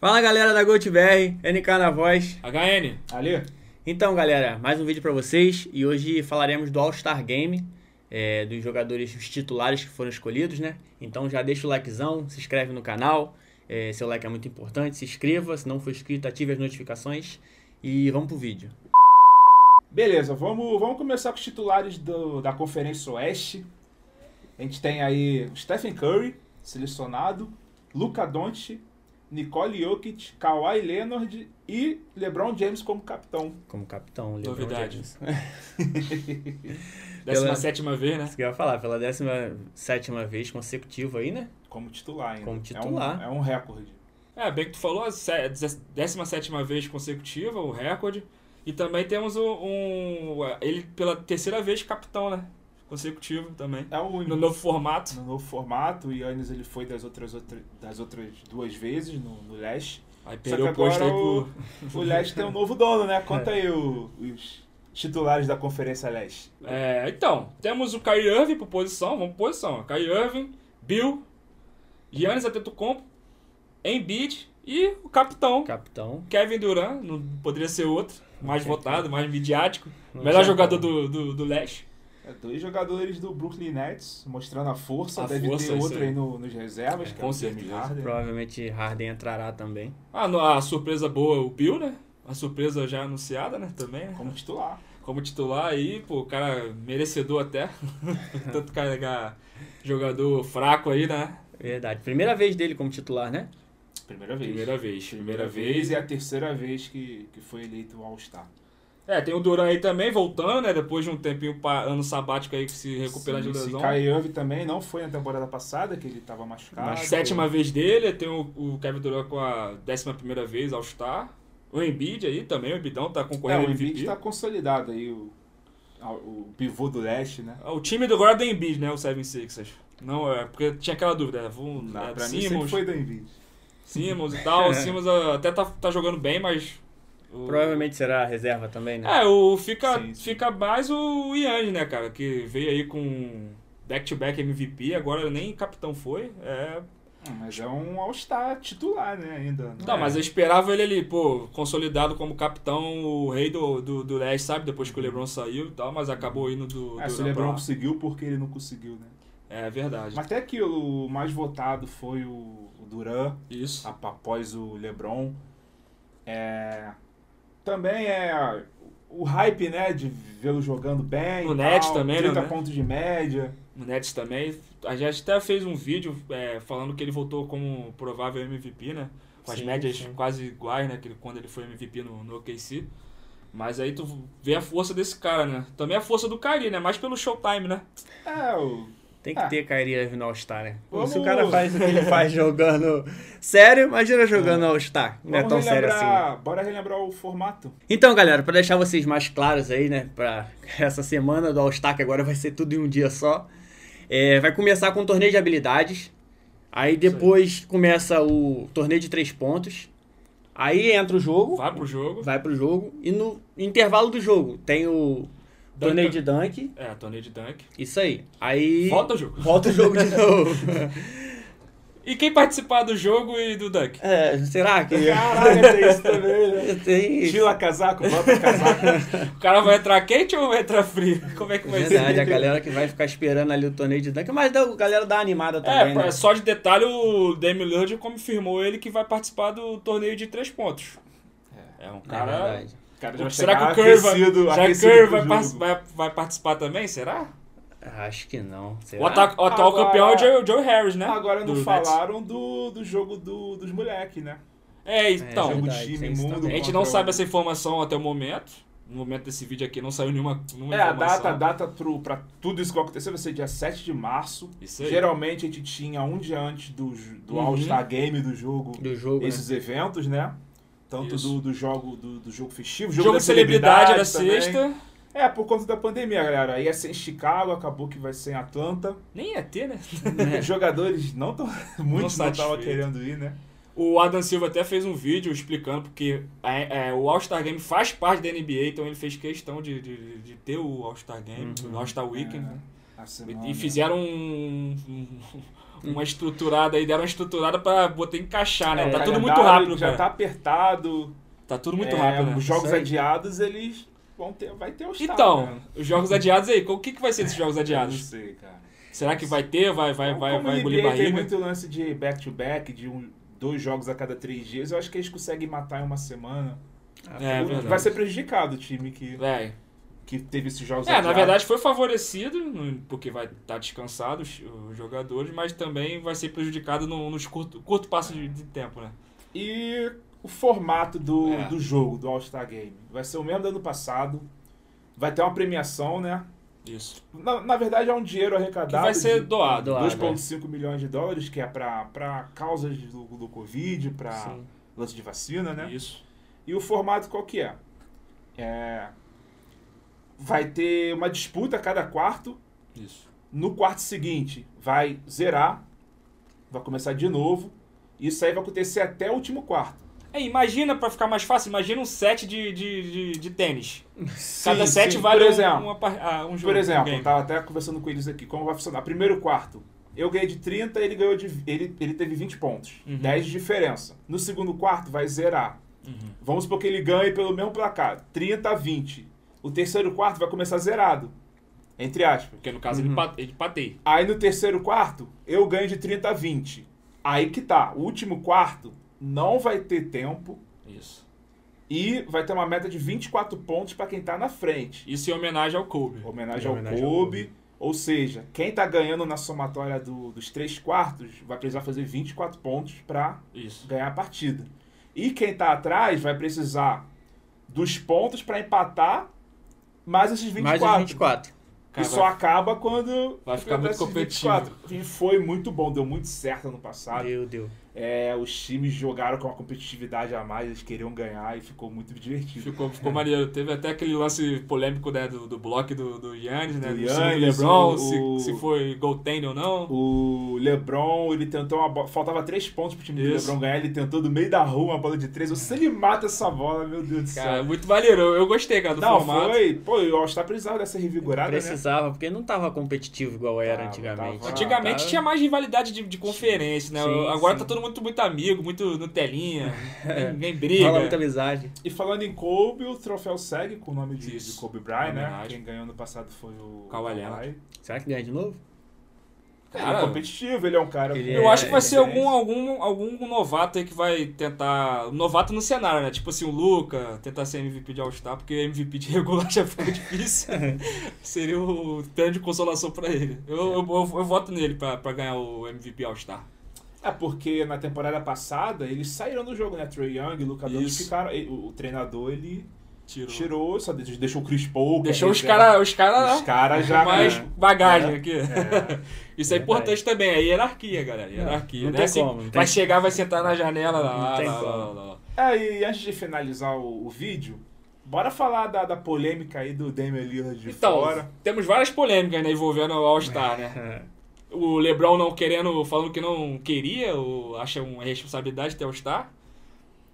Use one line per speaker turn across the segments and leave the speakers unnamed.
Fala galera da GoTBR, NK na voz.
HN,
Ali?
Então galera, mais um vídeo pra vocês e hoje falaremos do All-Star Game, é, dos jogadores, os titulares que foram escolhidos, né? Então já deixa o likezão, se inscreve no canal, é, seu like é muito importante, se inscreva, se não for inscrito, ative as notificações e vamos pro vídeo.
Beleza, vamos, vamos começar com os titulares do- da Conferência Oeste. A gente tem aí o Stephen Curry, selecionado, Luca Doncic, Nicole Jokic, Kawhi Leonard e LeBron James como capitão.
Como capitão, LeBron
Novidade.
James.
17 vez, né?
Isso que eu ia falar, pela 17 vez consecutiva aí, né?
Como titular ainda.
Como titular.
É um, é um recorde.
É, bem que tu falou, se- 17 vez consecutiva, o recorde. E também temos o- um. Ele pela terceira vez capitão, né? Consecutivo também.
É o único.
No novo formato.
No novo formato, o Yannis ele foi das outras, outra- das outras duas vezes no, no leste.
Aí
Só que
perdeu o posto
agora
aí
o,
pro.
o leste tem um novo dono, né? Conta aí o- os titulares da Conferência Leste.
É, então, temos o Kyrie Irving por posição, vamos por posição. Kyrie Irving, Bill, Giannis Antetokounmpo, Embiid e o capitão,
Capitão.
Kevin Durant, não poderia ser outro, mais votado, mais midiático,
Não
melhor
tinha
jogador
como.
do, do, do leste.
É, Dois jogadores do Brooklyn Nets mostrando a força.
A
Deve
força,
ter
isso
outro
aí.
aí no- nos reservas,
É,
que
com
é o James
certeza.
Harden.
Provavelmente Harden entrará também.
Ah, no- a surpresa boa é o Bill, né? A surpresa já anunciada, né? Também, né?
Como titular.
Como titular aí, pô, o cara merecedor até. Tanto carregar jogador fraco aí, né?
Verdade. Primeira vez dele como titular, né?
Primeira vez.
Primeira vez, primeira
vez
vez.
e a terceira vez que, que foi eleito o All-Star.
É, tem o Duran aí também voltando, né? Depois de um tempinho, pa- ano sabático aí, que se recuperando de
Sim,
lesão.
sim. Kyrie Irving também não foi na temporada passada, que ele estava
A
machucado. É,
sétima vez dele, tem o, o Kevin Durant com a décima primeira vez, All-Star. O Embiid aí também, o Embidão tá
É,
concorrendo
o
ao
Embiid
MVP.
está consolidado aí, o, a- o pivô do leste, né?
Ah, O time do agora é do Embiid, né? O 76ers. Não, é porque tinha aquela dúvida. né? Vou,
Não,
é,
Ah, pra mim sempre
Simmons,
foi do Embiid.
Simmons e tal. O Simmons ah, até tá, tá jogando bem, mas. o-
Provavelmente será reserva também, né?
É, o fica,
Sim, sim.
fica mais o Yannis, né, cara? Que veio aí com back-to-back MVP, agora nem capitão foi. É...
Hum, Mas é um All-Star titular, né? Ainda.
Tá, mas eu esperava ele ali, pô, consolidado como capitão, o rei do, do, do leste, sabe? Depois que o LeBron saiu e tal, mas acabou indo do.
Ah,
do
se o LeBron
pra lá.
conseguiu, porque ele não conseguiu, né?
É verdade.
Mas até que o mais votado foi o o Duran,
Isso.
ap- após o LeBron. É, Também é o hype, né, de vê-lo jogando bem.
No
e
Nets
tal,
também, né,
30
né?
pontos de média.
O Nets também. A gente até fez um vídeo é, falando que ele voltou como provável MVP, né? Com as
Sim,
médias
sim.
quase iguais, né? Que ele- quando ele foi MVP no, no OKC. Mas aí tu vê a força desse cara, né? Também a força do Kyrie, né? Mais pelo Showtime, né?
É, o...
Tem que
Ah.
ter Kyrie Irving no All-Star, né?
Vamos-
Se o cara faz o que ele faz jogando sério, imagina jogando All-Star. Não é
Vamos
tão sério assim. né?
relembrar... Bora relembrar o formato.
Então, galera, pra deixar vocês mais claros aí, né, pra essa semana do All-Star, que agora vai ser tudo em um dia só, é, vai começar com o torneio de habilidades, aí depois começa o torneio de três pontos, aí entra o jogo,
Vai pro jogo.
vai pro jogo, e no intervalo do jogo tem o torneio de dunk,
É, torneio de dunk.
isso aí. Aí
Volta o jogo.
volta o jogo de novo.
E quem participar do jogo e do dunk?
É, será que...
Caralho, tem isso também, né?
Tem isso.
Tira casaco, bota casaco.
O cara vai entrar quente ou vai entrar frio? Como é que vai ser?
Verdade, a galera que vai ficar esperando ali o torneio de dunk, mas dá- a galera dá animada também,
É,
né?
pra- só de detalhe, o Damian Lillard confirmou ele que vai participar do torneio de três pontos. É, um
É
cara...
verdade.
O cara já vai
será que
chegar
o Kerr vai,
aquecido-
será que o
aquecido
Kerr
pro
vai,
jogo.
par- vai- vai participar também? Será?
Acho que não. Será?
O, ata- o atual
Agora-
campeão é o Joe, Joe Harris, né?
Agora não
Do Nets.
falaram do, do jogo do, dos moleques, né?
É,
É,
então.
jogo
verdade,
time,
tem isso
mundo,
também.
a gente não sabe essa informação até o momento. No momento desse vídeo aqui não saiu nenhuma, nenhuma
É, a
informação.
data, a data tru, pra tudo isso que aconteceu vai ser dia 7 de março.
Isso aí.
Geralmente a gente tinha um dia antes do, ju- do
Uhum.
All-Star Game do jogo,
do jogo. né?
esses eventos, né? Tanto
Isso.
do, do jogo do, do jogo festivo,
Jogo,
da
de celebridade da
também.
sexta.
É, por conta da pandemia, galera. Ia ser em Chicago, acabou que vai ser em Atlanta.
Nem ia ter, né?
Os jogadores não estão. Muitos não estavam
satisfeitos.
querendo ir, né?
O Adam Silva até fez um vídeo explicando porque é, é, o All-Star Game faz parte da NBA, então ele fez questão de, de, de ter o All-Star Game, o All-Star Weekend.
É,
né?
a
E-
semana.
E fizeram um, um- uma estruturada aí, deram uma estruturada pra botar encaixar, né?
É,
tá
o
tudo muito
calendário
rápido,
Já
cara.
tá
Tá...
apertado.
tudo muito
É, tá,
rápido, né?
Os jogos
Isso aí.
adiados, eles vão ter. Vai ter né? os
Então, os jogos adiados aí, o que, que vai ser desses jogos
Não
adiados?
sei, cara.
Será que vai ter? Vai, vai,
Como
vai,
o
vai
NBA
engolir
tem
barriga?
muito lance de back-to-back, de um, dois jogos a cada três dias, eu acho que eles conseguem matar em uma semana.
É,
O-
verdade.
vai ser prejudicado o time que,
É,
que teve esses jogos
É, na
adiados.
verdade foi favorecido, no- porque vai estar descansado os, os jogadores, mas também vai ser prejudicado no, nos curto, curto passo de, de tempo, né?
E o formato do,
É.
do jogo, do All-Star Game. Vai ser o mesmo do ano passado. Vai ter uma premiação, né?
Isso.
Na, na verdade, é um dinheiro
Que
arrecadado.
vai ser é.
de
doado.
doado.
2,5 milhões de dólares, que é pra, pra causas do, do Covid, pra
Sim.
lance de vacina, né?
Isso.
E o formato qual que é? É, Vai ter uma disputa a cada quarto.
Isso.
No quarto seguinte vai zerar, vai começar de novo. Isso aí vai acontecer até o último quarto.
É, imagina, pra ficar mais fácil, imagina um set de, de, de, de tênis.
Sim,
Cada set
sim.
vale
por
um-
exemplo,
uma par- ah, um jogo.
Tipo, Por exemplo, tá?
um
eu tava até conversando com eles aqui, como vai funcionar? Primeiro quarto, eu ganhei de 30, ele ganhou de. Ele, ele teve 20 pontos.
Uhum.
10 de diferença. No segundo quarto, vai zerar.
Uhum.
Vamos supor que ele ganhe pelo mesmo placar. 30 a 20. O terceiro quarto vai começar zerado. Entre aspas.
Porque no caso ele, pat, ele patei.
Aí no terceiro quarto, eu ganho de 30 a 20. Aí que tá. O último quarto não vai ter tempo.
Isso.
E vai ter uma meta de 24 pontos pra quem tá na frente.
Isso em homenagem ao Kobe.
Homenagem
Em
ao
homenagem ao
Kobe. Ou seja, quem tá ganhando na somatória do- dos três quartos vai precisar fazer 24 pontos pra
Isso.
ganhar a partida. E quem tá atrás vai precisar dos pontos pra empatar mais esses 24.
Mais um os 24.
E
Cara,
só acaba quando
vai ficar muito
esses
competitivo.
24. E foi muito bom, deu muito certo ano
Ah,
passado.
Meu Deus.
É, os times jogaram com uma competitividade a mais, eles queriam ganhar e ficou muito divertido.
Ficou, ficou maneiro. Teve até aquele lance polêmico né, do, do bloco do, do Yannis, né?
Do
Do Yannis,
Giannis,
LeBron,
o- o-
se, se foi goaltender ou não.
O LeBron, ele tentou uma bola. Faltava três pontos pro time do
Isso.
LeBron ganhar. Ele tentou do meio da rua uma bola de três. Se ele mata essa bola, meu Deus do
Cara, é
céu.
muito maneiro. Eu, eu gostei, cara, do
não,
formato.
foi. Pô, o All-Star precisava dessa revigorada, né?
Precisava, porque não tava competitivo igual era
Tava,
antigamente.
tava.
Antigamente
Tava-
tinha mais rivalidade de, de conferência, né?
Sim,
Agora
sim.
tá todo mundo muito amigo, muito no telinha, ninguém- ninguém
Rola muita
briga.
amizade.
E falando em Kobe, o troféu segue com o nome de,
Isso.
de Kobe Bryant, né?
Homenagem.
Quem ganhou ano passado foi o
Kawhi Leonard.
Será que ganha de novo?
Cara, ele é competitivo, ele é um cara.
Ele
com-
é-
Eu acho que vai ser
referência.
algum, algum, algum novato aí que vai tentar. Um novato no cenário, né? Tipo assim, o Luca, tentar ser MVP de All-Star, porque MVP de regular já fica difícil. Seria o prêmio de consolação pra ele. Eu, eu, eu- eu voto nele pra, pra ganhar o MVP All-Star.
É porque na temporada passada eles saíram do jogo, né? Trey Young, Luca Doncic
Isso.
ficaram. e- O o treinador ele
Tirou.
tirou, só de- deixou o Chris Paul. que
Deixou
é
os
reserva.
caras os cara,
Os caras já.
com mais
né?
bagagem
É.
aqui.
É.
Isso é,
É
importante também, é hierarquia, galera. Hierarquia.
não
né?
tem
Assim,
como, não
vai
tem-
chegar, vai sentar na janela lá.
Não
lá,
tem
lá,
como.
lá, lá, lá.
Ah, e antes de finalizar o, o vídeo, bora falar da, da polêmica aí do Damian Lillard de
Então,
fora.
temos várias polêmicas né, envolvendo o All-Star, né? O Lebron não querendo, falando que não queria, ou acha uma responsabilidade ter All-Star.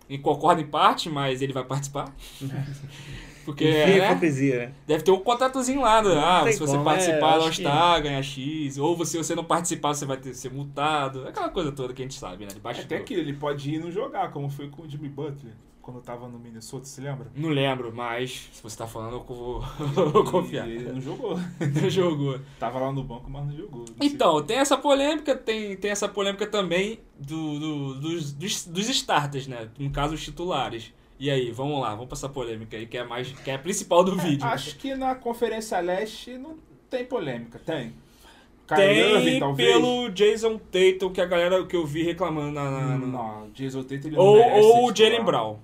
E concorda em parte, mas ele vai participar. Porque,
Enfim,
né?
hipocrisia, né?
Deve ter um contratozinho lá, né? Ah,
tem
se você
como, é,
participar,
eu
do
acho que-
All-Star, ganha X. Ou se você não participar, você vai ter, ser multado. Aquela coisa toda que a gente sabe, né? Debaixo
Até
do...
que ele pode ir e não jogar, como foi com o Jimmy Butler, quando tava no Minnesota, se lembra?
Não lembro, mas se você tá falando, eu vou, eu vou confiar.
E ele não jogou.
Não jogou.
tava lá no banco, mas não jogou. Não sei.
Então, tem essa polêmica, tem, tem essa polêmica também do, do- dos, dos, dos starters, né? No caso, os titulares. E aí, vamos lá, vamos pra essa polêmica aí, que é, mais, que é a principal do vídeo.
Acho que na Conferência Leste não tem polêmica, tem. Kyrie Irving,
Tem pelo Jason Tatum, que a galera que eu vi reclamando na... na- na-
Hum, Não, o Jason Tatum ele não
Ou,
merece
ou o
titular.
Jalen Brown.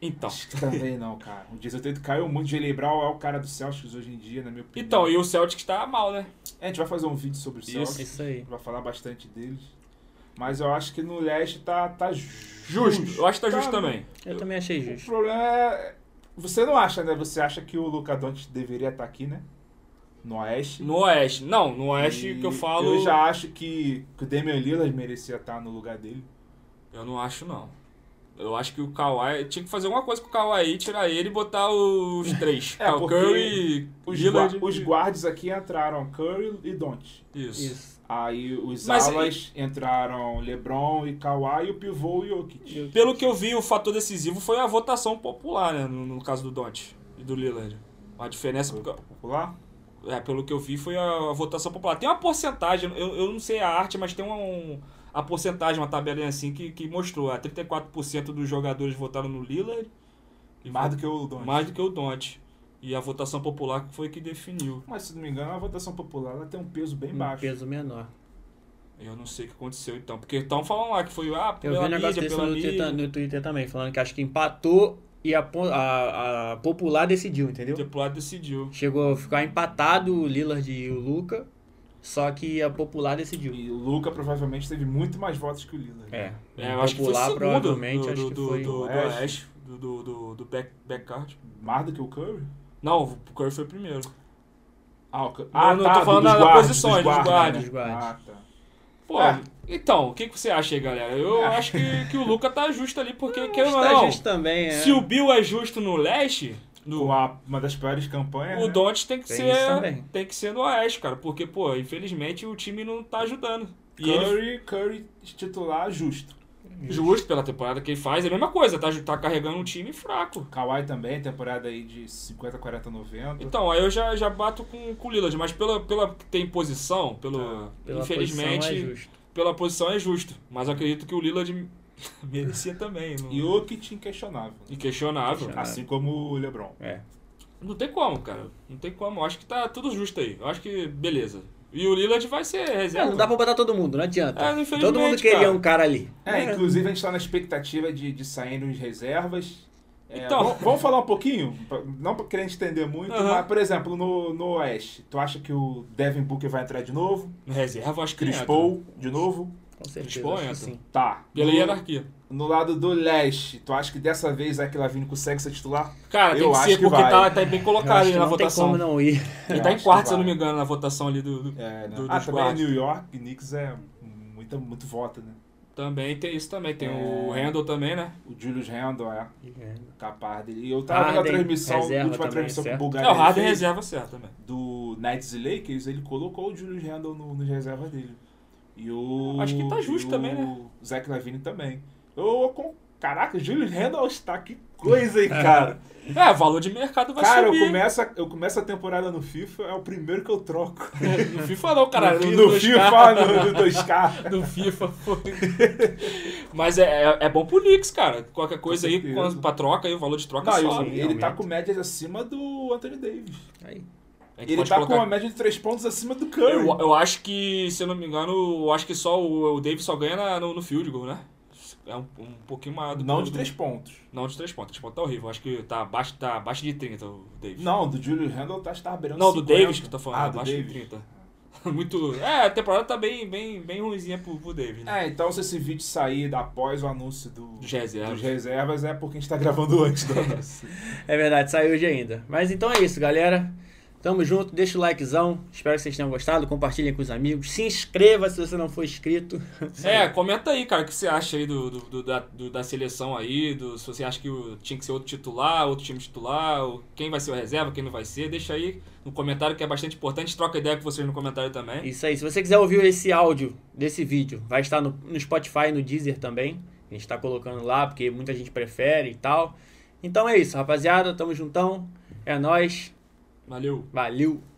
Então.
Acho que também não, cara. O Jason Tatum caiu muito. O Jalen Brown é o cara do Celtics hoje em dia, na minha opinião.
Então, e o Celtics tá mal, né?
A gente vai fazer um vídeo sobre o
Isso.
Celtics.
Isso aí.
vai falar bastante deles. Mas eu acho que no leste tá, tá justo.
Justo. Eu acho que tá justo
Tá,
também.
Eu também achei
O
justo.
problema é. Você não acha, né? Você acha que o Luca Doncic deveria estar aqui, né? No oeste.
No Oeste. Não, no Oeste
E
que eu falo...
Eu já acho que, que o Damian Lillard merecia estar no lugar dele.
Eu não acho, não. Eu acho que o Kawhi. Tinha que fazer alguma coisa com o Kawhi, tirar ele e botar os três.
É,
é, o
porque
Curry,
Os,
Lillard
gua- os guardas aqui entraram Curry e Doncic.
Isso.
Isso.
Aí os
Mas
alas entraram LeBron e Kawhi, e o pivô e o Jokic.
Pelo que eu vi, o fator decisivo foi a votação popular, né? No, no caso do Dante e do Lillard. A diferença,
Popular?
é, pelo que eu vi, foi a, a votação popular. Tem uma porcentagem, eu, eu não sei a arte, mas tem uma, um- a porcentagem, uma tabelinha assim, que, que mostrou. Ah, 34% dos jogadores votaram no Lillard. E
Mais do
vo-
que o Doncic.
Mais do que o Dante. E a votação popular foi que definiu.
Mas se não me engano, a votação popular ela tem um peso bem
Um
baixo.
peso menor.
Eu não sei o que aconteceu então. Porque estão falando lá que foi ah,
Eu
pela
vi um negócio
mídia,
desse
pela
no Twitter,
mídia.
no Twitter também, falando que acho que empatou e a, po- a- a popular decidiu, entendeu?
O popular decidiu.
Chegou a ficar empatado o Lillard e o Luca, só que a popular decidiu.
E o Luca provavelmente teve muito mais votos que o Lillard.
É,
É,
o
eu acho que foi o
popular
segundo
provavelmente
do,
acho
do,
que
do,
foi
do, do
Oeste.
Oeste, do, do, do, do back, backcourt.
Mais do que o Curry?
Não, o Curry foi o primeiro.
Ah, o Curry.
Não, não, tô falando
dos
da- da
guardas,
posições, dos
guardas.
Ah, tá.
Pô,
É.
então, o que, que você acha aí, galera? Eu
É.
acho que, que o Luca tá justo ali, porque,
O
quer ou não,
Stagis também, é.
se o Bill é justo no leste, no,
Com a- uma das piores campanhas.
o
né?
Dante tem que
É. Tem isso
ser
também.
tem que ser no oeste, cara. Porque, pô, infelizmente o time não tá ajudando. E ele, é
Curry, Curry titular justo.
justo pela temporada que ele faz, é a mesma coisa, tá, ju- tá carregando um time fraco.
Kawhi também, temporada aí de 50, 40, 90.
Então, aí eu já, já bato com, com o Lillard, mas pela, pela que tem posição, pelo,
É, Pela
infelizmente,
posição é justo.
pela posição é justo. Mas eu acredito que o Lillard merecia também. Não...
E o Kit inquestionável.
Inquestionável.
Inquestionável.
né? Assim como o LeBron.
É.
Não tem como, cara. Não tem como. Eu acho que tá tudo justo aí. Eu acho que beleza. E o Lillard vai ser
É,
reserva.
não dá pra botar todo mundo, não adianta.
É, infelizmente,
todo mundo queria
cara.
um cara ali.
É, inclusive a gente tá na expectativa de, de sair nos reservas. É,
Então-
vamos, vamos falar um pouquinho? Pra- Não pra querer estender muito,
Aham.
mas, por exemplo, no, no Oeste, tu acha que o Devin Booker vai entrar de novo?
Reserva, eu acho que é,
Chris
entra.
Paul de novo?
Com certeza,
Lisboa
acho que
entra.
sim.
Tá.
Pela
No,
hierarquia.
no lado do Leste, tu acha que dessa vez a Lavigne consegue ser titular?
Cara,
Eu
tem que
acho
ser
que
porque
vai.
tá, tá bem
Eu
colocado
acho
ali
que
na
não tem
votação.
como não ir.
Ele
Eu
tá
acho
em
que
quarto, se eu não
vai.
me engano, na votação ali do. do-
É, né?
Do-
ah,
dos
também é
guardas.
New York, Knicks é muita, muito voto, né?
Também tem isso também. Tem o
É.
Randall também, né?
O Julius Randle é capaz dele. E eu tava
Harden,
vendo a transmissão,
reserva
a última
também,
transmissão que o
certo?
É,
Bulgari
o Harden
fez
reserva certo também.
do Nets e Lakers, ele colocou o Julius Randle no, nos reservas dele. E o...
Acho que tá justo
e
também,
o
né?
Zach Lavine também. Eu, com... Caraca, o Julius Randle está que coisa, hein, cara?
É, o valor de mercado vai
cara, eu
subir.
começo, a- eu começo a temporada no FIFA, é o primeiro que eu troco.
começo... No FIFA não, cara.
no,
no
no
2K.
FIFA, no, no 2K.
do FIFA foi. Mas é, é, é bom pro Knicks, cara. Qualquer coisa aí,
certeza.
quando, pra troca aí, o valor de troca
Não,
sobe.
ele, ele tá
aumenta.
com médias acima do Anthony Davis.
Aí.
É que
Ele
pode
tá
colocar-
com uma média de 3 pontos acima do Curry.
eu, eu acho que, se eu não me engano, eu acho que só o, o Davis só ganha na- no, no field goal, né? É um, um pouquinho maior do
Não
que o
de
do-
3 pontos.
Não de 3 pontos. 3 pontos tá horrível. Eu acho que tá abaixo, tá abaixo de 30 o Davis.
Não, do Julius Randle tá, tá beirando
Não, do
50.
Davis que tu tá falando,
Ah, do
abaixo de
Davis.
30. Muito. É, a temporada tá bem, bem, bem ruimzinha pro, pro Davis, né?
É, então se esse vídeo sair após o anúncio do,
Dos reservas.
dos reservas é porque a gente tá gravando antes do anúncio.
É verdade, saiu hoje ainda. Mas então é isso, galera. Tamo junto, deixa o likezão. Espero que vocês tenham gostado. Compartilhem com os amigos. Se inscreva se você não for inscrito.
É, comenta aí, cara, o que você acha aí do, do- do- da, do- da seleção aí, do, se você acha que o- tinha que ser outro titular, outro time titular, ou quem vai ser o reserva, quem não vai ser, deixa aí no comentário que é bastante importante, troca ideia com vocês no comentário também.
Isso aí. Se você quiser ouvir esse áudio desse vídeo, vai estar no, no Spotify, no Deezer também. A gente tá colocando lá porque muita gente prefere e tal. Então é isso, rapaziada. Tamo juntão. É nóis.
Valeu!
Valeu.